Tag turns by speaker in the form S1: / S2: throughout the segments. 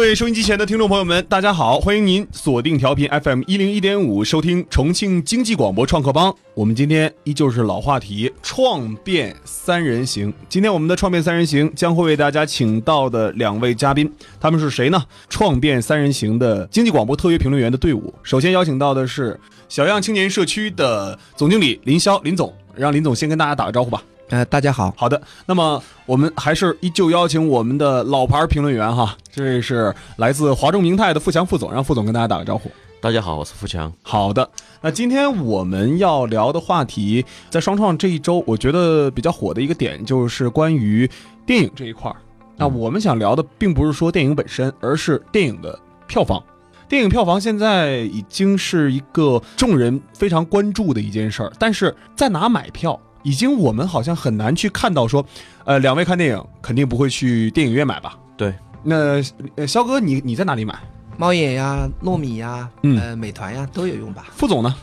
S1: 位收音机前的听众朋友们，大家好，欢迎您锁定调频 FM 一零一点五，收听重庆经济广播创客帮。我们今天依旧是老话题，创变三人行。今天我们的创变三人行将会为大家请到的两位嘉宾，他们是谁呢？创变三人行的经济广播特约评论员的队伍。首先邀请到的是小样青年社区的总经理林霄，林总，让林总先跟大家打个招呼吧。
S2: 呃，大家好，
S1: 好的，那么我们还是依旧邀请我们的老牌评论员哈，这是来自华中明泰的付强副总，让副总跟大家打个招呼。
S3: 大家好，我是富强。
S1: 好的，那今天我们要聊的话题，在双创这一周，我觉得比较火的一个点就是关于电影这一块儿。那我们想聊的并不是说电影本身，而是电影的票房。电影票房现在已经是一个众人非常关注的一件事儿，但是在哪买票，已经我们好像很难去看到说，呃，两位看电影肯定不会去电影院买吧？
S3: 对。
S1: 那呃肖哥你，你在哪里买？
S2: 猫眼呀、糯米呀、
S1: 嗯
S2: 呃美团呀都有用吧？
S1: 副总呢？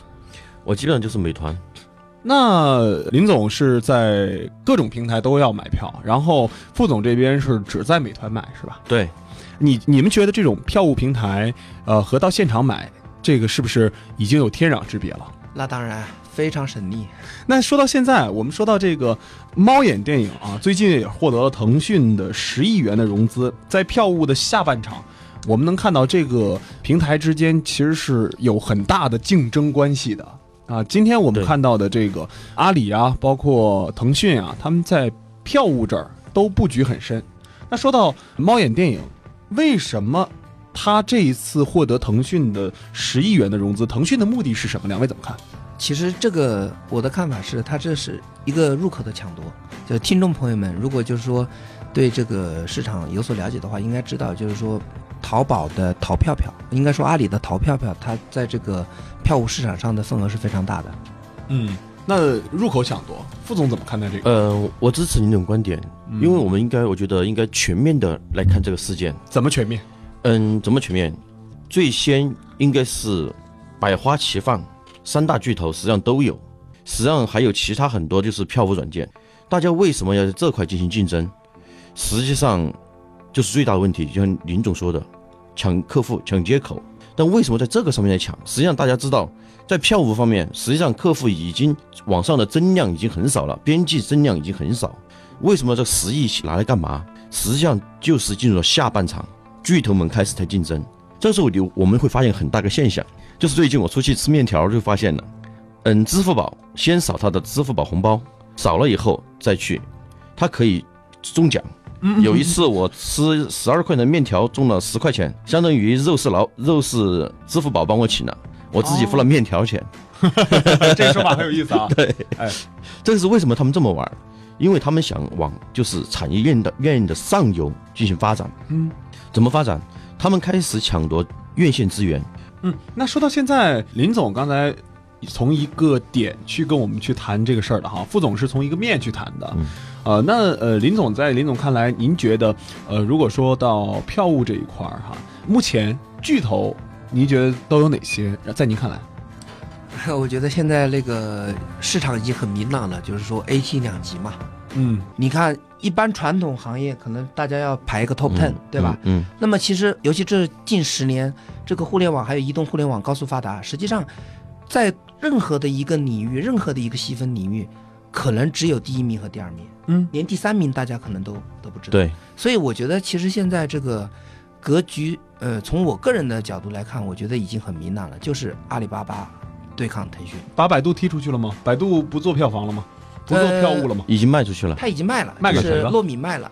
S3: 我基本上就是美团，
S1: 那林总是在各种平台都要买票，然后副总这边是只在美团买，是吧？
S3: 对，
S1: 你你们觉得这种票务平台，呃，和到现场买这个是不是已经有天壤之别了？
S2: 那当然，非常省力。
S1: 那说到现在，我们说到这个猫眼电影啊，最近也获得了腾讯的十亿元的融资，在票务的下半场，我们能看到这个平台之间其实是有很大的竞争关系的啊。今天我们
S3: 对
S1: 看到的这个阿里啊，包括腾讯啊，他们在票务这儿都布局很深。那说到猫眼电影，为什么它这一次获得腾讯的十亿元的融资？腾讯的目的是什么？两位怎么看？
S2: 其实这个我的看法是，它这是一个入口的抢夺。就听众朋友们，如果就是说对这个市场有所了解的话，应该知道，就是说淘宝的淘票票，应该说阿里的淘票票，它在这个票务市场上的份额是非常大的。
S1: 嗯，那入口抢夺，副总怎么看待这个？
S3: 呃，我支持您这种观点，因为我们应该，我觉得应该全面的来看这个事件。
S1: 怎么全面？
S3: 嗯，怎么全面？最先应该是百花齐放，三大巨头实际上都有，实际上还有其他很多就是票务软件。大家为什么要在这块进行竞争？实际上就是最大的问题，就像林总说的，抢客户、抢接口。但为什么在这个上面来抢？实际上大家知道，在票务方面，实际上客户已经网上的增量已经很少了，边际增量已经很少。为什么这十亿拿来干嘛？实际上就是进入了下半场。巨头们开始在竞争。这时候你我们会发现很大个现象，就是最近我出去吃面条就发现了，嗯，支付宝先扫他的支付宝红包，扫了以后再去，它可以中奖。有一次我吃十二块的面条中了十块钱，相当于肉是老肉是支付宝帮我请了，我自己付了面条钱。
S1: 这个说法很有意思啊。对，哎，
S3: 这是为什么他们这么玩儿？因为他们想往就是产业链的链的上游进行发展。
S1: 嗯，
S3: 怎么发展？他们开始抢夺院线资源。
S1: 嗯，那说到现在，林总刚才从一个点去跟我们去谈这个事儿的哈，副总是从一个面去谈的。
S3: 嗯
S1: 呃，那呃，林总在林总看来，您觉得呃，如果说到票务这一块儿哈，目前巨头您觉得都有哪些？在您看来，
S2: 我觉得现在那个市场已经很明朗了，就是说 A T 两极嘛。
S1: 嗯
S2: 你看，一般传统行业可能大家要排一个 top ten，、
S3: 嗯
S2: 对吧？？
S3: 嗯，
S2: 那么其实，尤其这近十年，这个互联网还有移动互联网高速发达，实际上，在任何的一个领域，任何的一个细分领域，可能只有第一名和第二名，
S1: 嗯，
S2: 连第三名大家可能都都不知道。
S3: 对，
S2: 所以我觉得，其实现在这个格局，呃，从我个人的角度来看，我觉得已经很明朗了，就是阿里巴巴对抗腾讯，
S1: 把百度踢出去了吗？百度不做票房了吗？不做票务了吗？
S3: 已经卖出去了。
S2: 它已经卖了，
S1: 卖给
S2: 就
S1: 谁
S2: 是
S1: 了
S2: 糯米卖了。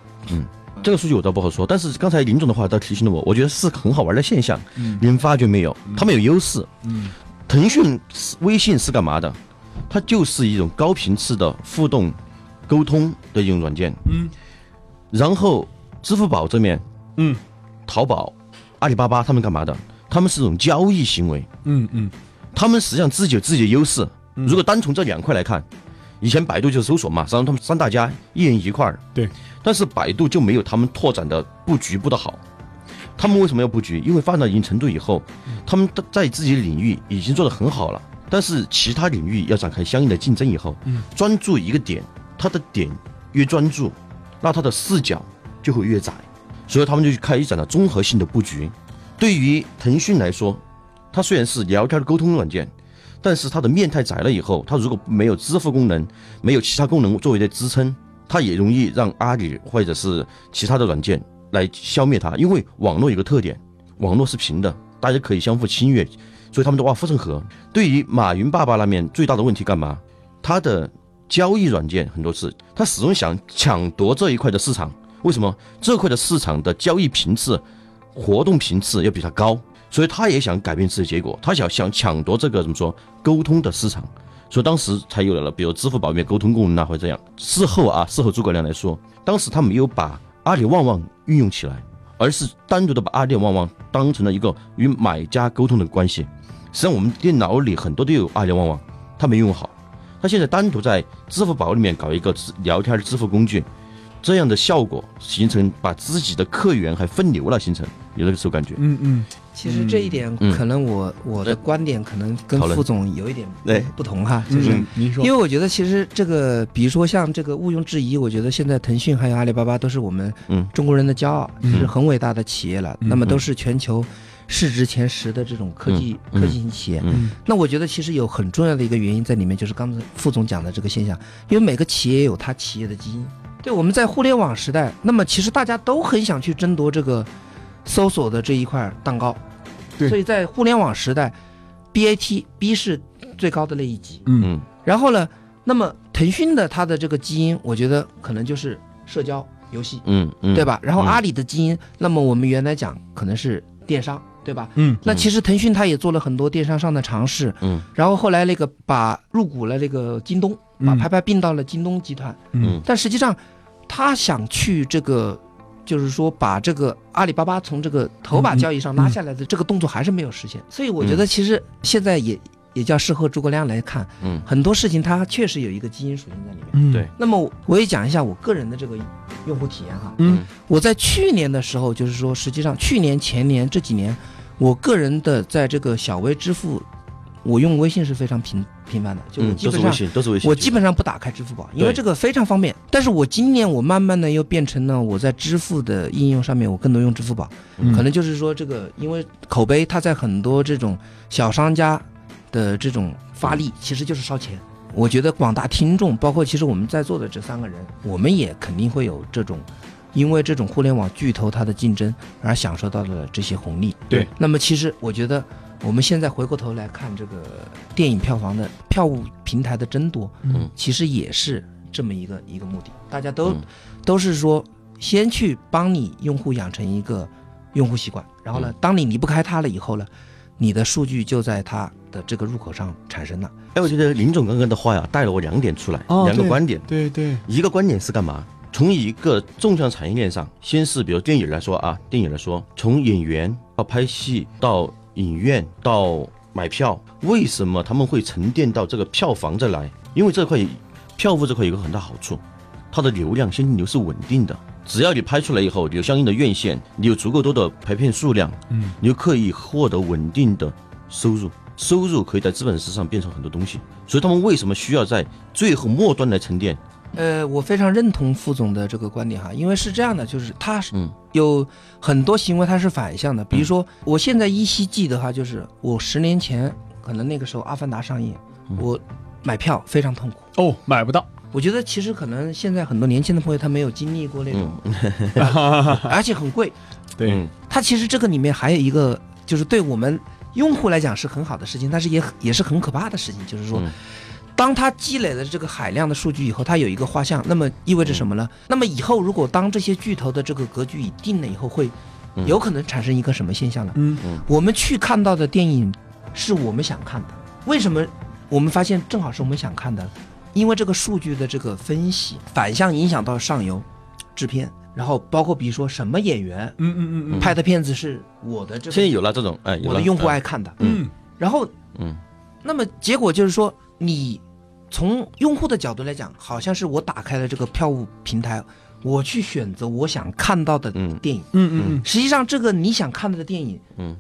S3: 这个数据我倒不好说，但是刚才林总的话倒提醒了我，我觉得是个很好玩的现象。
S1: 嗯
S3: 你们发觉没有？他们有优势。
S1: 嗯
S3: 腾讯、微信是干嘛的？它就是一种高频次的互动、沟通的一种软件。
S1: 嗯
S3: 然后，支付宝这面，
S1: 嗯
S3: 淘宝、阿里巴巴他们干嘛的？他们是一种交易行为，
S1: 嗯嗯
S3: 他们实际上自己有自己的优势。
S1: 嗯
S3: 如果单从这两块来看，以前百度就是搜索嘛，然后他们三大家一人一块儿。
S1: 对，
S3: 但是百度就没有他们拓展的布局布的好。他们为什么要布局？因为发展到一定程度以后，
S1: 嗯
S3: 他们在在自己的领域已经做得很好了，但是其他领域要展开相应的竞争以后，
S1: 嗯
S3: 专注一个点，他的点越专注，那他的视角就会越窄。所以他们就去开展了综合性的布局。对于腾讯来说，它虽然是聊天的沟通软件，但是它的面太窄了以后，它如果没有支付功能，没有其他功能作为的支撑，它也容易让阿里或者是其他的软件来消灭它。因为网络有个特点，网络是平的，大家可以相互侵略，所以他们都挖护城河。对于马云爸爸那边最大的问题干嘛？他的交易软件很多次，他始终想抢夺这一块的市场。为什么这块的市场的交易频次、活动频次要比它高？所以他也想改变自己结果，他想想抢夺这个怎么说沟通的市场，所以当时才有了比如支付宝里面沟通功能啊，或者这样。事后啊，事后诸葛亮来说，当时他没有把阿里旺旺运用起来，而是单独的把阿里旺旺当成了一个与买家沟通的关系。实际上我们电脑里很多都有阿里旺旺，他没用好，他现在单独在支付宝里面搞一个支聊天的支付工具，这样的效果形成把自己的客源还分流了，形成有那个时候感觉。
S1: 嗯嗯，
S2: 其实这一点
S3: 嗯
S2: 可能我、我的观点可能跟
S3: 讨论
S2: 副总有一点
S3: 对嗯
S2: 不同哈，就
S1: 就是是嗯您说
S2: 嗯因为我觉得其实这个，比如说像这个毋庸置疑，我觉得现在腾讯还有阿里巴巴都是我们
S3: 嗯
S2: 中国人的骄傲，
S1: 嗯
S2: 是很伟大的企业了。
S1: 嗯
S2: 那么都是全球市值前十的这种科技、
S3: 嗯
S2: 科技型企业。
S3: 嗯
S2: 那我觉得其实有很重要的一个原因在里面，就是刚才副总讲的这个现象，因为每个企业有它企业的基因。对，我们在互联网时代，那么其实大家都很想去争夺这个搜索的这一块蛋糕。
S1: 对
S2: 所以在互联网时代，BAT B 是最高的那一级。
S1: 嗯
S3: 嗯
S2: 然后呢，那么腾讯的它的这个基因，我觉得可能就是社交游戏，
S3: 嗯嗯，
S2: 对？吧？然后
S3: 嗯
S2: 阿里的基因，那么我们原来讲可能是电商，对吧？
S1: 嗯
S2: 那其实腾讯它也做了很多电商上的尝试，
S3: 嗯
S2: 然后后来那个把入股了那个京东，把
S1: 嗯
S2: 拍拍并到了京东集团，
S3: 嗯
S2: 但实际上他想去这个。就是说，把这个阿里巴巴从这个头把交易上拉下来的这个动作还是没有实
S1: 嗯
S2: 现，所以我觉得其实现在也也叫事后诸葛亮来看，
S3: 嗯
S2: 很多事情它确实有一个基因属性在里
S1: 嗯
S2: 面。
S3: 对
S2: 那么我也讲一下我个人的这个用户体验哈。
S1: 嗯
S2: 我在去年的时候，就是说，实际上去年、前年这几年，我个人的在这个小微支付，我用微信是非常频频繁的，就我
S3: 嗯，
S2: 基
S3: 都是
S2: 本
S3: 微
S2: 上、
S3: 信，都是微信。
S2: 我基本上不打开支付宝，因为
S3: 对
S2: 这个非常方便。但是我今年我慢慢的又变成了我在支付的应用上面，我更多用支付宝。
S1: 嗯
S2: 可能就是说这个，因为口碑它在很多这种小商家的这种发力，
S1: 嗯
S2: 其实就是烧钱。我觉得广大听众，包括其实我们在座的这三个人，我们也肯定会有这种，因为这种互联网巨头它的竞争而享受到的这些红利。
S1: 对，
S2: 那么其实我觉得我们现在回过头来看这个电影票房的票务平台的争夺，
S1: 嗯
S2: 其实也是这么一个一个目的，大家都、
S3: 嗯
S2: 都是说先去帮你用户养成一个用户习惯，然后呢
S3: 嗯，
S2: 当你离不开它了以后呢，你的数据就在它的这个入口上产生了。
S3: 哎，我觉得林总刚刚的话呀，带了我两点出来，
S1: 哦
S3: 两个
S1: 对
S3: 观点。
S1: 对对，
S3: 一个观点是干嘛？从一个纵向产业链上，先是比如电影来说啊，电影来说，从演员到拍戏到影院到买票，为什么他们会沉淀到这个票房这来？因为这块票务这块有个很大好处，它的流量现金流是稳定的。只要你拍出来以后，你有相应的院线，你有足够多的排片数量，
S1: 嗯，
S3: 你就可以获得稳定的收入。收入可以在资本市场变成很多东西，所以他们为什么需要在最后末端来沉淀？
S2: 呃，我非常认同副总的这个观点哈，因为是这样的，就是它是
S3: 嗯
S2: 有很多行为它是反向的，比如说我现在依稀记得哈，就是我十年前可能那个时候《阿凡达》上映，
S3: 嗯
S2: 我买票非常痛苦。
S1: 哦，买不到，
S2: 我觉得其实可能现在很多年轻的朋友他没有经历过那种， 而且很贵。
S1: 对，
S3: 嗯
S2: 它其实这个里面还有一个，就是对我们用户来讲是很好的事情，但是也很也是很可怕的事情，就是说
S3: 嗯，
S2: 当它积累了这个海量的数据以后，它有一个画像，那么意味着什么
S3: 嗯
S2: 呢？那么以后如果当这些巨头的这个格局已定了以后，会
S3: 嗯
S2: 有可能产生一个什么现象呢？
S1: 嗯
S2: 我们去看到的电影是我们想看的，为什么我们发现正好是我们想看的？因为这个数据的这个分析反向影响到上游制片，然后包括比如说什么演员
S1: 嗯嗯嗯
S2: 拍的片子是我的这
S3: 现在
S2: 个
S3: 有了这种，哎，有
S2: 我的
S3: 了
S2: 用户爱，看的，
S1: 嗯
S2: 然后
S3: 嗯
S2: 那么结果就是说，你从用户的角度来讲，好像是我打开了这个票务平台，我去选择我想看到的
S3: 嗯
S2: 电影。
S1: 嗯嗯
S2: 实际上，这个你想看到的电影，
S3: 嗯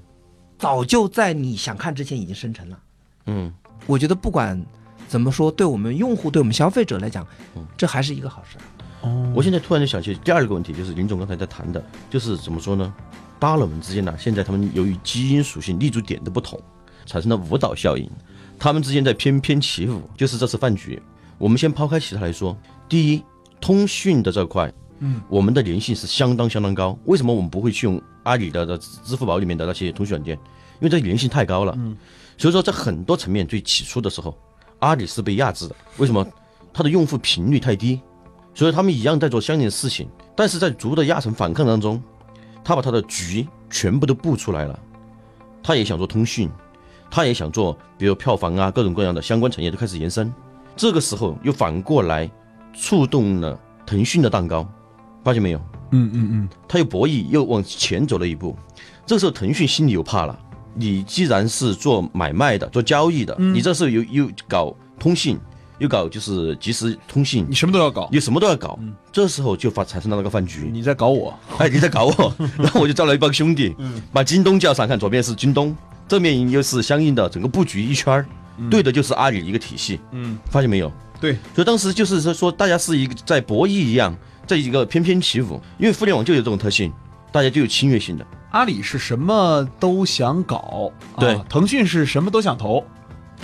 S2: 早就在你想看之前已经生成了。
S3: 嗯
S2: 我觉得不管怎么说，对我们用户、对我们消费者来讲，这还是一个好事儿。
S3: 嗯，
S1: 哦
S3: 我现在突然就想起第二个问题，就是林总刚才在谈的，就是怎么说呢？大佬们之间呢、现在他们由于基因属性、立足点的不同，产生了舞蹈效应，他们之间在翩翩起舞，就是这次饭局。我们先抛开其他来说，第一，通讯的这块，嗯，我们的粘性是相当相当高。为什么我们不会去用阿里的的支付宝里面的那些通讯软件？因为这粘性太高了。嗯，所以说在很多层面，最起初的时候，阿里是被压制的。为什么？它的用户频率太低，所以他们一样在做相应的事情，但是在逐步的压城反抗当中，他把他的局全部都布出来了。他也想做通讯，他也想做，比如票房啊，各种各样的相关产业都开始延伸。这个时候又反过来触动了腾讯的蛋糕，发现没有？
S1: 嗯嗯嗯，
S3: 他又博弈又往前走了一步。这时候腾讯心里又怕了，你既然是做买卖的、做交易的，
S1: 嗯
S3: 你这时候又又搞通信，又搞就是即时通信
S1: 你，什么都要搞，
S3: 你什么都要搞，
S2: 嗯
S3: 这时候就发产生了那个饭局。
S1: 你在搞我，
S3: 哎，你在搞我，
S2: 嗯
S3: 然后我就招了一帮兄弟，把京东叫上看，左边是京东，正面又是相应的整个布局一圈儿，
S2: 嗯
S3: 对的就是阿里一个体系，
S1: 嗯，
S3: 发现没有？
S1: 对，
S3: 所以当时就是说说大家是一个在博弈一样，在一个翩翩起舞，因为互联网就有这种特性，大家就有侵略性的。
S1: 阿里是什么都想搞，啊
S3: 对
S1: 腾讯是什么都想投，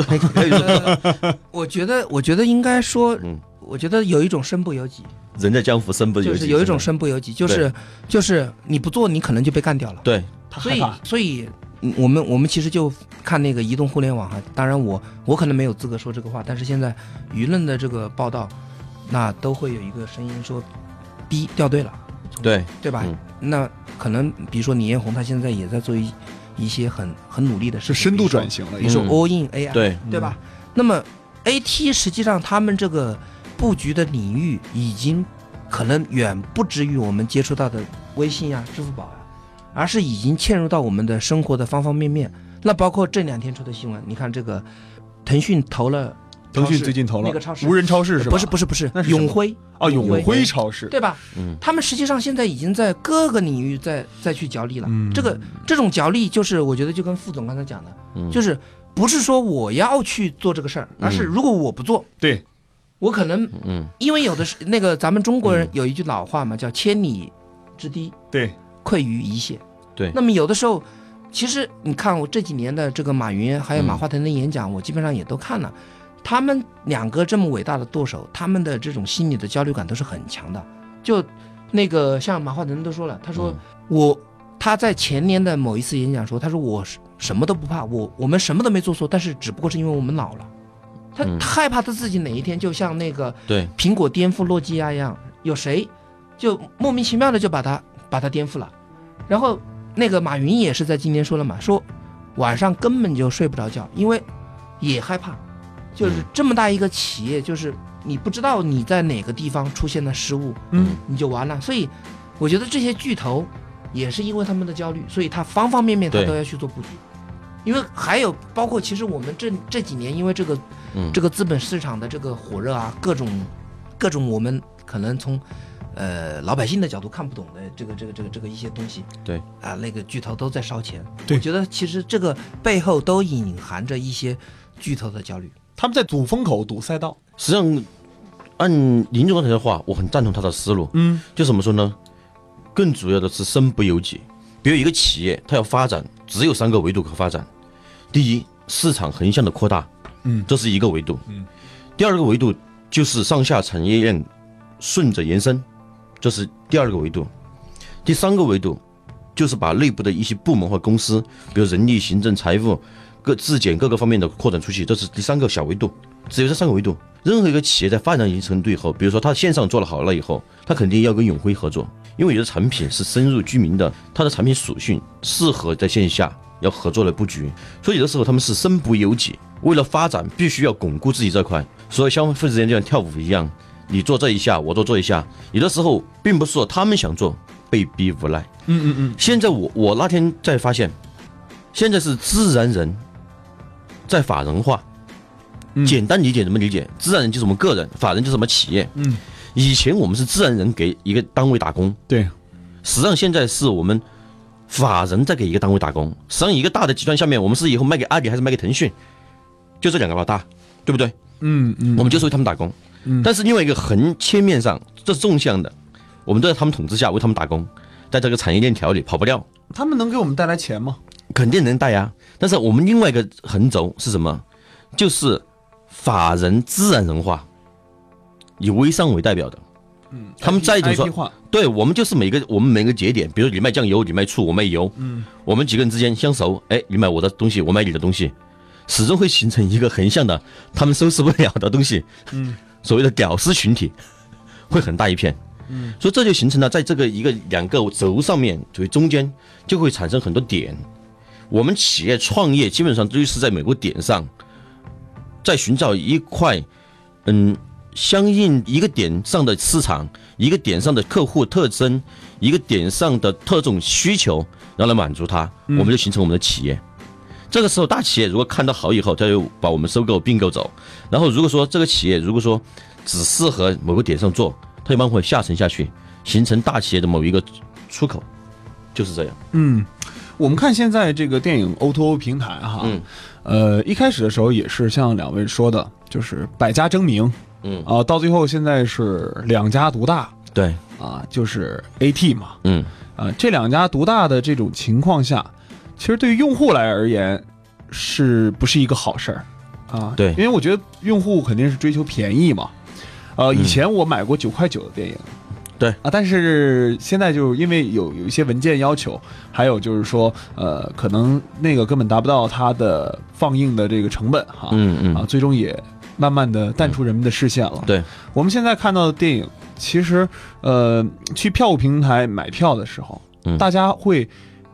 S2: 呃 我觉得，我觉得应该说
S3: 嗯，
S2: 我觉得有一种身不由己，
S3: 人在江湖身不由
S2: 就是
S3: 己，
S2: 有一种
S3: 真
S2: 身不由己，就是就是你不做，你可能就被干掉了
S3: 的。对，
S1: 他
S2: 所
S1: 害
S2: 以
S1: 怕，
S2: 所以嗯我们我们其实就看那个移动互联网哈，当然我我可能没有资格说这个话，但是现在舆论的这个报道，那都会有一个声音说，第一掉队了，
S3: 对
S2: 对吧？
S3: 嗯
S2: 那可能比如说李彦宏他现在也在做一一些很很努力的事
S1: 是深
S2: 情，
S1: 度转
S2: 型，
S1: 型了，
S2: 比
S1: 已
S2: 如
S1: 经
S2: 说
S3: 嗯
S2: all in AI，、
S3: 对，
S2: 对吧？
S1: 嗯
S2: 那么 AT 实际上他们这个布局的领域已经可能远不止于我们接触到的微信啊、支付宝啊，而是已经嵌入到我们的生活的方方面面。那包括这两天出的新闻，你看这个腾讯投了
S1: 腾
S2: 超
S1: 讯
S2: 市
S1: 最近投了
S2: 那个超市
S1: 无人超市是吧？
S2: 不是不是不是
S1: 那是什么
S2: 永辉
S1: 啊，
S2: 永
S1: 永
S2: 辉
S1: 辉超市，
S2: 对吧？
S3: 嗯
S2: 他们实际上现在已经在各个领域在再去角力了。
S1: 嗯
S2: 这个这种角力，就是我觉得就跟副总刚才讲的，
S3: 嗯
S2: 就是不是说我要去做这个事儿，而是如果我不做，
S1: 对，
S2: 我可能
S3: 嗯，
S2: 因为有的是那个咱们中国人有一句老话嘛，叫“千里之堤
S1: 对，
S2: 溃于一泻”。
S3: 对
S2: 那么有的时候，其实你看我这几年的这个马云还有马
S3: 嗯
S2: 化腾的演讲，我基本上也都看了。他们两个这么伟大的舵手，他们的这种心理的焦虑感都是很强的。就那个像马化腾都说了，他说、
S3: 嗯
S2: 我他在前年的某一次演讲说，他说我是什么都不怕，我我们什么都没做错，但是只不过是因为我们老了。他
S3: 嗯
S2: 他害怕他自己哪一天就像那个
S3: 对
S2: 苹果颠覆诺基亚一样，有谁就莫名其妙的就把它把它颠覆了。然后那个马云也是在今天说了嘛，说晚上根本就睡不着觉，因为也害怕，就是
S3: 嗯
S2: 这么大一个企业，就是你不知道你在哪个地方出现了失误，
S1: 嗯，
S2: 你就完了。所以我觉得这些巨头也是因为他们的焦虑，所以他方方面面他
S3: 对
S2: 都要去做布局。因为还有包括，其实我们这这几年因为这个
S3: 嗯
S2: 这个资本市场的这个火热啊，各种各种我们可能从呃老百姓的角度看不懂的这个这个这个这个一些东西，
S3: 对
S2: 啊，那个巨头都在烧钱。
S1: 对
S2: 我觉得其实这个背后都隐含着一些巨头的焦虑。
S1: 他们在堵风口、堵赛道，
S3: 实际上按林总刚才的话，我很赞同他的思路。
S1: 嗯，
S3: 就怎么说呢？更主要的是身不由己。比如一个企业，它要发展，只有三个维度可发展。第一，市场横向的扩大，
S1: 嗯
S3: 这是一个维度。
S1: 嗯，
S3: 第二个维度就是上下产业链顺着延伸，这是第二个维度。第三个维度就是把内部的一些部门或公司，比如人力、行政、财务、各质检各个方面的扩展出去，这是第三个小维度。只有这三个维度，任何一个企业在发展一定程度以后，比如说它线上做了好了以后，它肯定要跟永辉合作，因为有的产品是深入居民的，它的产品属性适合在线下要合作的布局，所以有的时候他们是身不由己，为了发展必须要巩固自己这块，所以消费之间就像跳舞一样，你做这一下，我做这一下，有的时候并不是说他们想做，被逼无奈。
S1: 嗯嗯嗯，
S3: 现在我我那天在发现，现在是自然人在法人化。
S1: 嗯
S3: 简单理解怎么理解？自然人就是我们个人，法人就是我们企业。
S1: 嗯，
S3: 以前我们是自然人给一个单位打工，
S1: 对，
S3: 实际上现在是我们法人在给一个单位打工。实际上一个大的集团下面，我们是以后卖给阿里还是卖给腾讯，就这两个老大，对不对？
S1: 嗯嗯，
S3: 我们就是为他们打工。
S1: 嗯
S3: 但是另外一个横切面上，这是纵向的，我们都在他们统治下为他们打工，在这个产业链条里跑不掉，
S1: 他们能给我们带来钱吗？
S3: 肯定能带呀。但是我们另外一个横轴是什么？就是法人自然人化，以微商为代表的。
S1: 嗯，
S3: 他们再一种说
S1: IP 化，
S3: 对，我们就是每个我们每个节点，比如你卖酱油，你卖醋，我卖油，
S1: 嗯，
S3: 我们几个人之间相熟，哎，你买我的东西，我买你的东西，始终会形成一个横向的，他们收拾不了的东西，
S1: 嗯，
S3: 所谓的屌丝群体， 会很大一片，
S1: 嗯，
S3: 所以这就形成了在这个一个两个轴上面，所以中间就会产生很多点。我们企业创业基本上都是在某个点上，在寻找一块，嗯，相应一个点上的市场，一个点上的客户特征，一个点上的特种需求，然后来满足它，我们就形成我们的企业。这个时候，大企业如果看到好以后，他就把我们收购并购走。然后，如果说这个企业如果说只适合某个点上做，它就慢慢会下沉下去，形成大企业的某一个出口，就是这样。
S1: 嗯，我们看现在这个电影 O to O 平台哈，
S3: 嗯
S1: 呃，一开始的时候也是像两位说的，就是百家争鸣
S3: 嗯，
S1: 啊、到最后现在是两家独大
S3: 对，
S1: 啊、就是 AT 嘛，
S3: 嗯，
S1: 啊、这两家独大的这种情况下，其实对于用户来而言，是不是一个好事儿啊？
S3: 对
S1: 因为我觉得用户肯定是追求便宜嘛。呃，以前我买过九块九的电影，
S3: 嗯对
S1: 啊，但是现在就是因为有有一些文件要求，还有就是说，呃，可能那个根本达不到它的放映的这个成本哈，
S3: 嗯嗯
S1: 啊，最终也慢慢的淡出人们的视线了。
S3: 对，
S1: 我们现在看到的电影，其实呃，去票务平台买票的时候，
S3: 嗯
S1: 大家会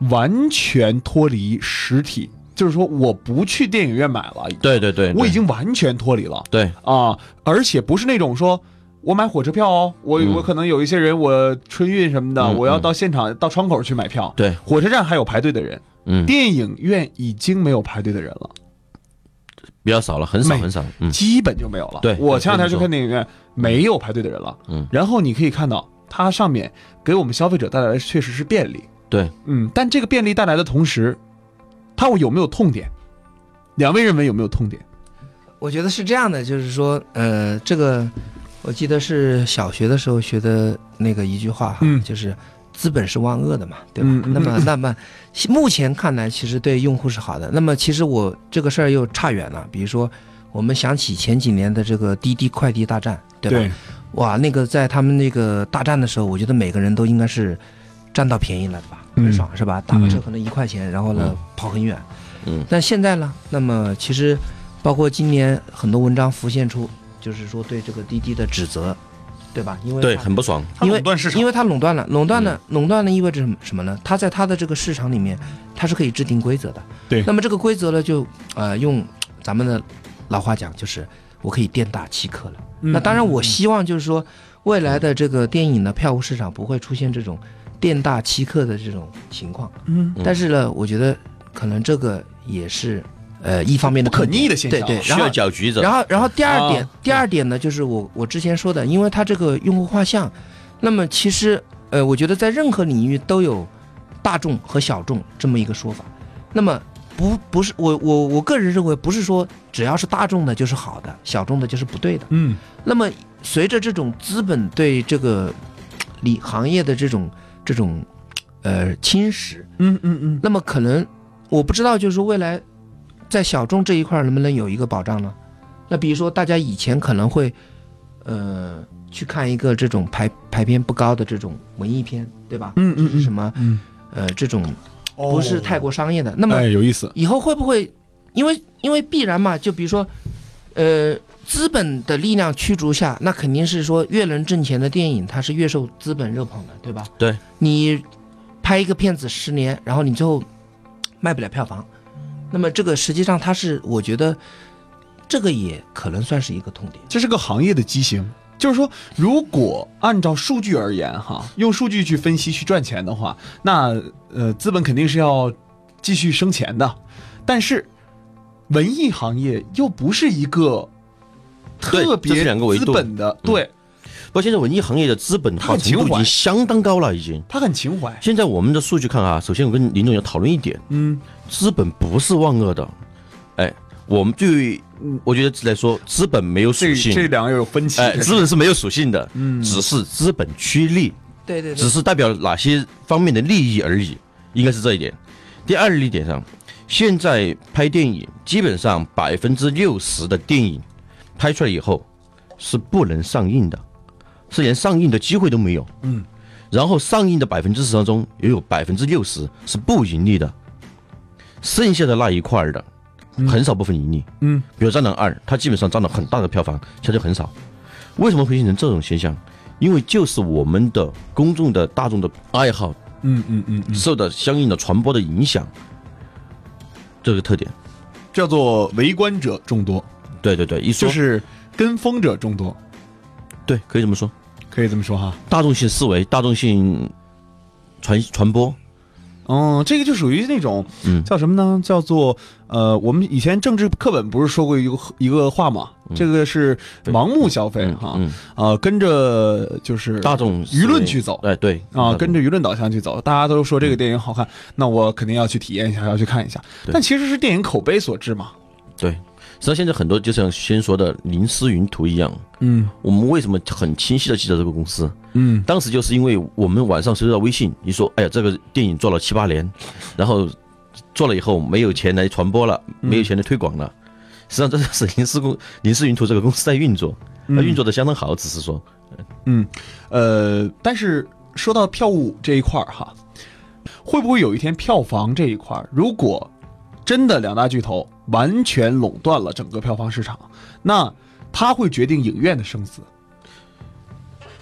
S1: 完全脱离实体，就是说我不去电影院买了，
S3: 对对对，
S1: 我已经完全脱离了
S3: 对
S1: 啊，而且不是那种说。我买火车票哦，我、
S3: 嗯
S1: 我可能有一些人，我春运什么的，
S3: 嗯
S1: 我要
S3: 嗯
S1: 到现场、到窗口去买票。
S3: 对，
S1: 火车站还有排队的人，
S3: 嗯，
S1: 电影院已经没有排队的人了。
S3: 比较少了，很少
S1: 美
S3: 很少。嗯
S1: 基本就没有了。
S3: 对
S1: 我前两天
S3: 没错
S1: 去看电影院，没有排队的人了。
S3: 嗯，
S1: 然后你可以看到，它上面给我们消费者带来的确实是便利。
S3: 对，
S1: 嗯，但这个便利带来的同时，它有没有痛点？两位认为有没有痛点？
S2: 我觉得是这样的，就是说，呃，这个我记得是小学的时候学的那个一句话哈，
S1: 嗯
S2: 就是资本是万恶的嘛，对吧？
S1: 嗯嗯
S2: 那么，那么目前看来，其实对用户是好的。那么，其实我这个事儿又差远了，比如说，我们想起前几年的这个滴滴快递大战，对吧？哇，那个在他们那个大战的时候，我觉得每个人都应该是占到便宜了的吧，
S1: 嗯
S2: 很爽、是吧？打个车
S1: 嗯
S2: 可能一块钱，然后呢、
S3: 嗯
S2: 跑很远。
S3: 嗯
S2: 但现在呢，那么其实包括今年很多文章浮现出，就是说对这个滴滴的指责，对吧？因为
S3: 对，
S2: 它
S3: 很不爽。
S1: 它
S2: 因为
S1: 垄断市场嗯
S2: 因为它垄断了，垄断了，垄断了意味着什么什么呢？它在它的这个市场里面，它是可以制定规则的。
S1: 对
S2: 那么这个规则呢，就呃用咱们的老话讲，就是我可以店大欺客了。
S1: 嗯
S2: 那当然，我希望就是说，未来的这个电影的票务市场不会出现这种店大欺客的这种情况。
S1: 嗯，
S2: 但是呢，我觉得可能这个也是
S1: 嗯
S2: 呃一方面的
S1: 不可
S2: 痛点
S1: 逆的现象
S2: 对对，
S3: 需
S2: 然后
S3: 要搅局者
S2: 然，后，然后第二点，
S1: 啊
S2: 第二点呢，就是我我之前说的，因为它这个用户画像，那么其实呃，我觉得在任何领域都有大众和小众这么一个说法。那么不不是我我我个人认为，不是说只要是大众的就是好的，小众的就是不对的。
S1: 嗯
S2: 那么随着这种资本对这个里行业的这种这种呃侵蚀，
S1: 嗯嗯嗯，
S2: 那么可能我不知道，就是未来在小众这一块儿能不能有一个保障呢？那比如说大家以前可能会，呃，去看一个这种排排片不高的这种文艺片，对吧？
S1: 嗯嗯嗯
S2: 是什么？
S1: 嗯，
S2: 呃，这种不是太过商业的。那么
S1: 哎有意思，
S2: 以后会不会，因为因为必然嘛，就比如说，呃，资本的力量驱逐下，那肯定是说越能挣钱的电影，它是越受资本热捧的，对吧？
S3: 对，
S2: 你拍一个片子十年，然后你最后卖不了票房，那么这个实际上它是，我觉得这个也可能算是一个痛点。
S1: 这是个行业的畸形。就是说，如果按照数据而言，哈，用数据去分析去赚钱的话，那呃，资本肯定是要继续生钱的。但是，文艺行业又不是一个
S3: 对
S1: 特
S3: 这
S1: 别
S3: 是两个维
S1: 资
S3: 度嗯
S1: 本的，对，
S3: 不过现在文艺行业的资本
S1: 它
S3: 化
S1: 很
S3: 程度
S1: 情
S3: 已
S1: 怀
S3: 经相当高了，已经。
S1: 它很情怀。
S3: 现在我们的数据看啊，首先我跟林总要讨论一点，
S1: 嗯
S3: 资本不是万恶的，哎，我们对我觉得来说，资本没有属
S1: 这这嗯
S3: 性，
S1: 两个有分歧。
S3: 哎，资本是没有属性的，只是资本趋利，
S2: 对对
S3: 只
S2: 对，
S3: 是代表哪些方面的利益而已，应该是这一点。第二一点上，现在拍电影基本上百分之六十的电影拍出来以后是不能上映的，是连上映的机会都没有。嗯，然后上映的百分之十当中，也有百分之六十是不盈利的，剩下的那一块儿的很少部分盈利。
S1: 嗯，
S3: 比如《战狼二》，它基本上占了很大的票房，销就很少。为什么会形成这种现象？因为就是我们的公众的大众的爱好
S1: 嗯嗯嗯嗯，
S3: 受到相应的传播的影响，这个特点。
S1: 叫做围观者众多，
S3: 对对对，一说
S1: 就是跟风者众多，
S3: 对，可以这么说，
S1: 可以这么说哈。
S3: 大众性思维、大众性传传播，
S1: 嗯，这个就属于那种
S3: 嗯
S1: 叫什么呢？叫做呃，我们以前政治课本不是说过一个一个话嘛？这个是盲目消费
S3: 嗯
S1: 哈，
S3: 嗯，
S1: 啊，跟着就是
S3: 大众思维
S1: 舆论去走
S3: 哎对
S1: 啊，跟
S3: 着
S1: 着舆论导向去走，大家都说这个电影好看，那我肯定要去体验一下，要去看一下。
S3: 对
S1: 但其实是电影口碑所致嘛。
S3: 对。实际上现在很多就像先说的林思云图一样，
S1: 嗯
S3: 我们为什么很清晰的记得这个公司？
S1: 嗯
S3: 当时就是因为我们晚上收到微信，一说，哎呀，这个电影做了七 八年，然后做了以后没有钱来传播了，
S1: 嗯
S3: 没有钱来推广了。实际上，这就是林思公林思云图这个公司在运作，它运作的相当好，只是说，
S1: 嗯，呃，但是说到票务这一块儿哈，会不会有一天票房这一块儿，如果真的两大巨头完全垄断了整个票房市场，那它会决定影院的生死。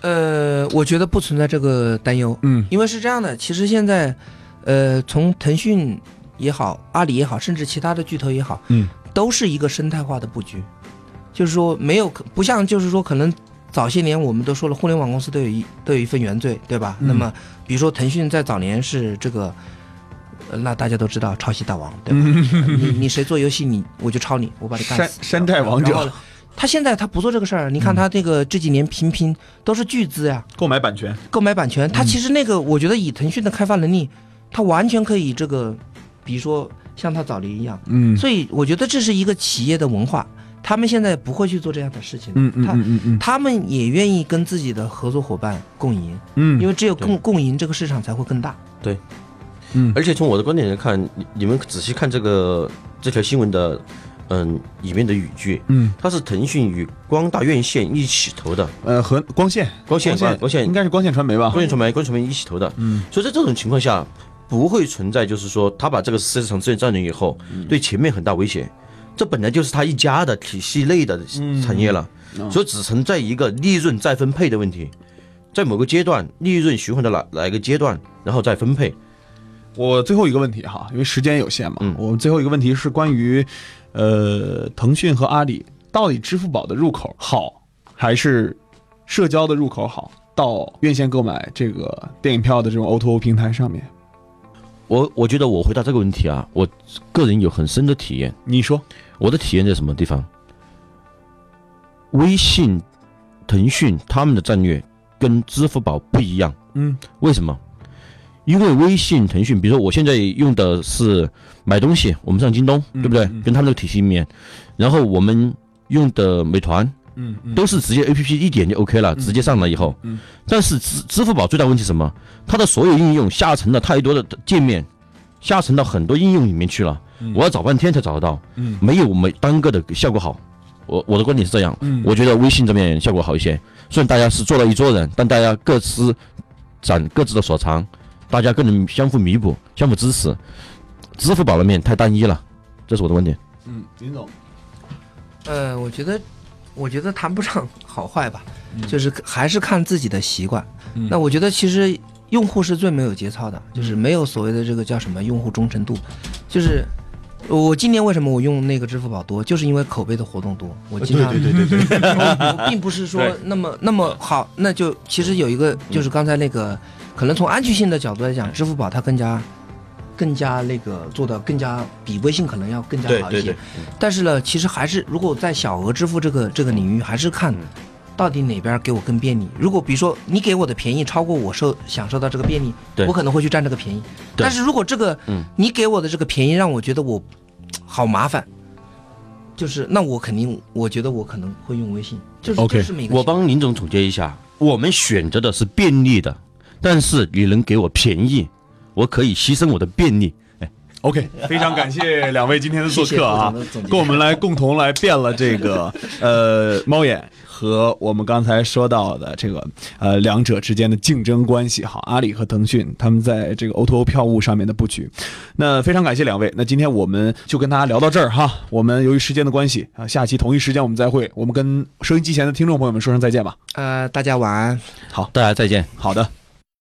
S2: 呃，我觉得不存在这个担忧，
S1: 嗯
S2: 因为是这样的，其实现在，呃，从腾讯也好，阿里也好，甚至其他的巨头也好，
S1: 嗯
S2: 都是一个生态化的布局，就是说没有可不像就是说可能早些年我们都说了，互联网公司都有一都有一份原罪，对吧？
S1: 嗯
S2: 那么比如说腾讯在早年是这个，呃那大家都知道抄袭大王，对吧？你你谁做游戏你我就抄你，我把你
S1: 嗯
S2: 干
S1: 山
S2: 死。
S1: 山寨王
S2: 然后
S1: 者嗯
S2: 呢他现在他不做这个事儿，啊你看他这个这几年频频都是巨资呀、
S1: 购买版权，
S2: 购买版权，
S1: 嗯
S2: 它其实那个，我觉得以腾讯的开发能力，它完全可以这个，比如说像它早年一样，
S1: 嗯
S2: 所以我觉得这是一个企业的文化，他们现在不会去做这样的事情，
S1: 嗯嗯嗯嗯
S2: 他他们也愿意跟自己的合作伙伴共赢，
S1: 嗯，
S2: 因为只有共
S3: 对
S2: 共赢这个市场才会更大。
S1: 嗯
S3: 而且从我的观点来看，你你们仔细看这个这条新闻的，嗯，里面的语句，
S1: 嗯
S3: 它是腾讯与光大院线一起投的，
S1: 呃和光线
S3: 光线
S1: 光线
S3: 光线
S1: 应该是光线传媒吧
S3: 光？线传媒、光线传媒一起投的，
S1: 嗯
S3: 所以在这种情况下，不会存在就是说他把这个市场资源占领以后，
S1: 嗯
S3: 对前面很大威胁。这本来就是他一家的体系内的
S1: 嗯
S3: 产业了，
S1: 哦
S3: 所以只存在一个利润再分配的问题，在某个阶段利润循环到哪哪一个阶段，然后再分配。
S1: 我最后一个问题哈，因为时间有限嘛，
S3: 嗯
S1: 我们最后一个问题是关于，呃，腾讯和阿里到底支付宝的入口好还是社交的入口好？到院线购买这个电影票的这种 O to O 平台上面，
S3: 我我觉得我回答这个问题啊，我个人有很深的体验。
S1: 你说，
S3: 我的体验在什么地方？微信、腾讯他们的战略跟支付宝不一样。
S1: 嗯
S3: 为什么？因为微信、腾讯，比如说我现在用的是买东西，我们上京东，
S1: 嗯
S3: 对不对
S1: 嗯？
S3: 跟他们这个体系里面，然后我们用的美团
S1: 嗯嗯
S3: 都是直接 A P P 一点就 O、k 了，直接上了以后
S1: 嗯。
S3: 但是支支付宝最大问题是什么？它的所有应用下沉了太多的界面，下沉到很多应用里面去了
S1: 嗯，
S3: 我要找半天才找得到，
S1: 嗯
S3: 没有每单个的效果好。我我的观点是这样，
S1: 嗯
S3: 我觉得微信这边效果好一些。虽然大家是坐了一桌人，但大家各司展各自的所长，大家更能相互弥补、相互支持。支付宝的面太单一了，这是我的观点。
S1: 嗯，林总，
S2: 呃，我觉得，我觉得谈不上好坏吧， 就是还是看自己的习惯。
S1: 嗯
S2: 那我觉得其实用户是最没有节操的，就是
S1: 嗯
S2: 没有所谓的这个叫什么用户忠诚度，就是。我今年为什么我用那个支付宝多，就是因为口碑的活动多。我经常
S1: 呃对对，
S2: 我并不是 说那么那么好，那就其实有一个就是
S1: 嗯
S2: 刚才那个，可能从安全性的角度来讲，支付宝它更加更加那个做的更加比微信可能要更加好一些。但是呢，其实还是如果在小额支付这个这个领域，还是看
S1: 嗯
S2: 到底哪边给我更便利。如果比如说你给我的便宜超过我受享受到这个便利，
S3: 对
S2: 我可能会去占这个便宜。
S3: 对
S2: 但是如果这个、
S3: 嗯
S2: 你给我的这个便宜让我觉得我好麻烦，就是那我肯定，我觉得我可能会用微信，就是
S1: OK，
S2: 就是每个
S3: 我帮林总总结一下，我们选择的是便利的，但是你能给我便宜，我可以牺牲我的便利。
S1: OK，非常感谢两位今天的做
S2: 谢谢
S1: 客啊
S2: 侯总的总，结
S1: 跟我们来共同来辩了这个呃猫眼和我们刚才说到的这个呃两者之间的竞争关系哈，阿里和腾讯他们在这个 O2O 票务上面的布局。那非常感谢两位，那今天我们就跟大家聊到这儿哈。我们由于时间的关系啊，下期同一时间我们再会，我们跟收音机前的听众朋友们说声再见吧。
S2: 呃，大家晚安。
S3: 好，大家再见。
S1: 好的，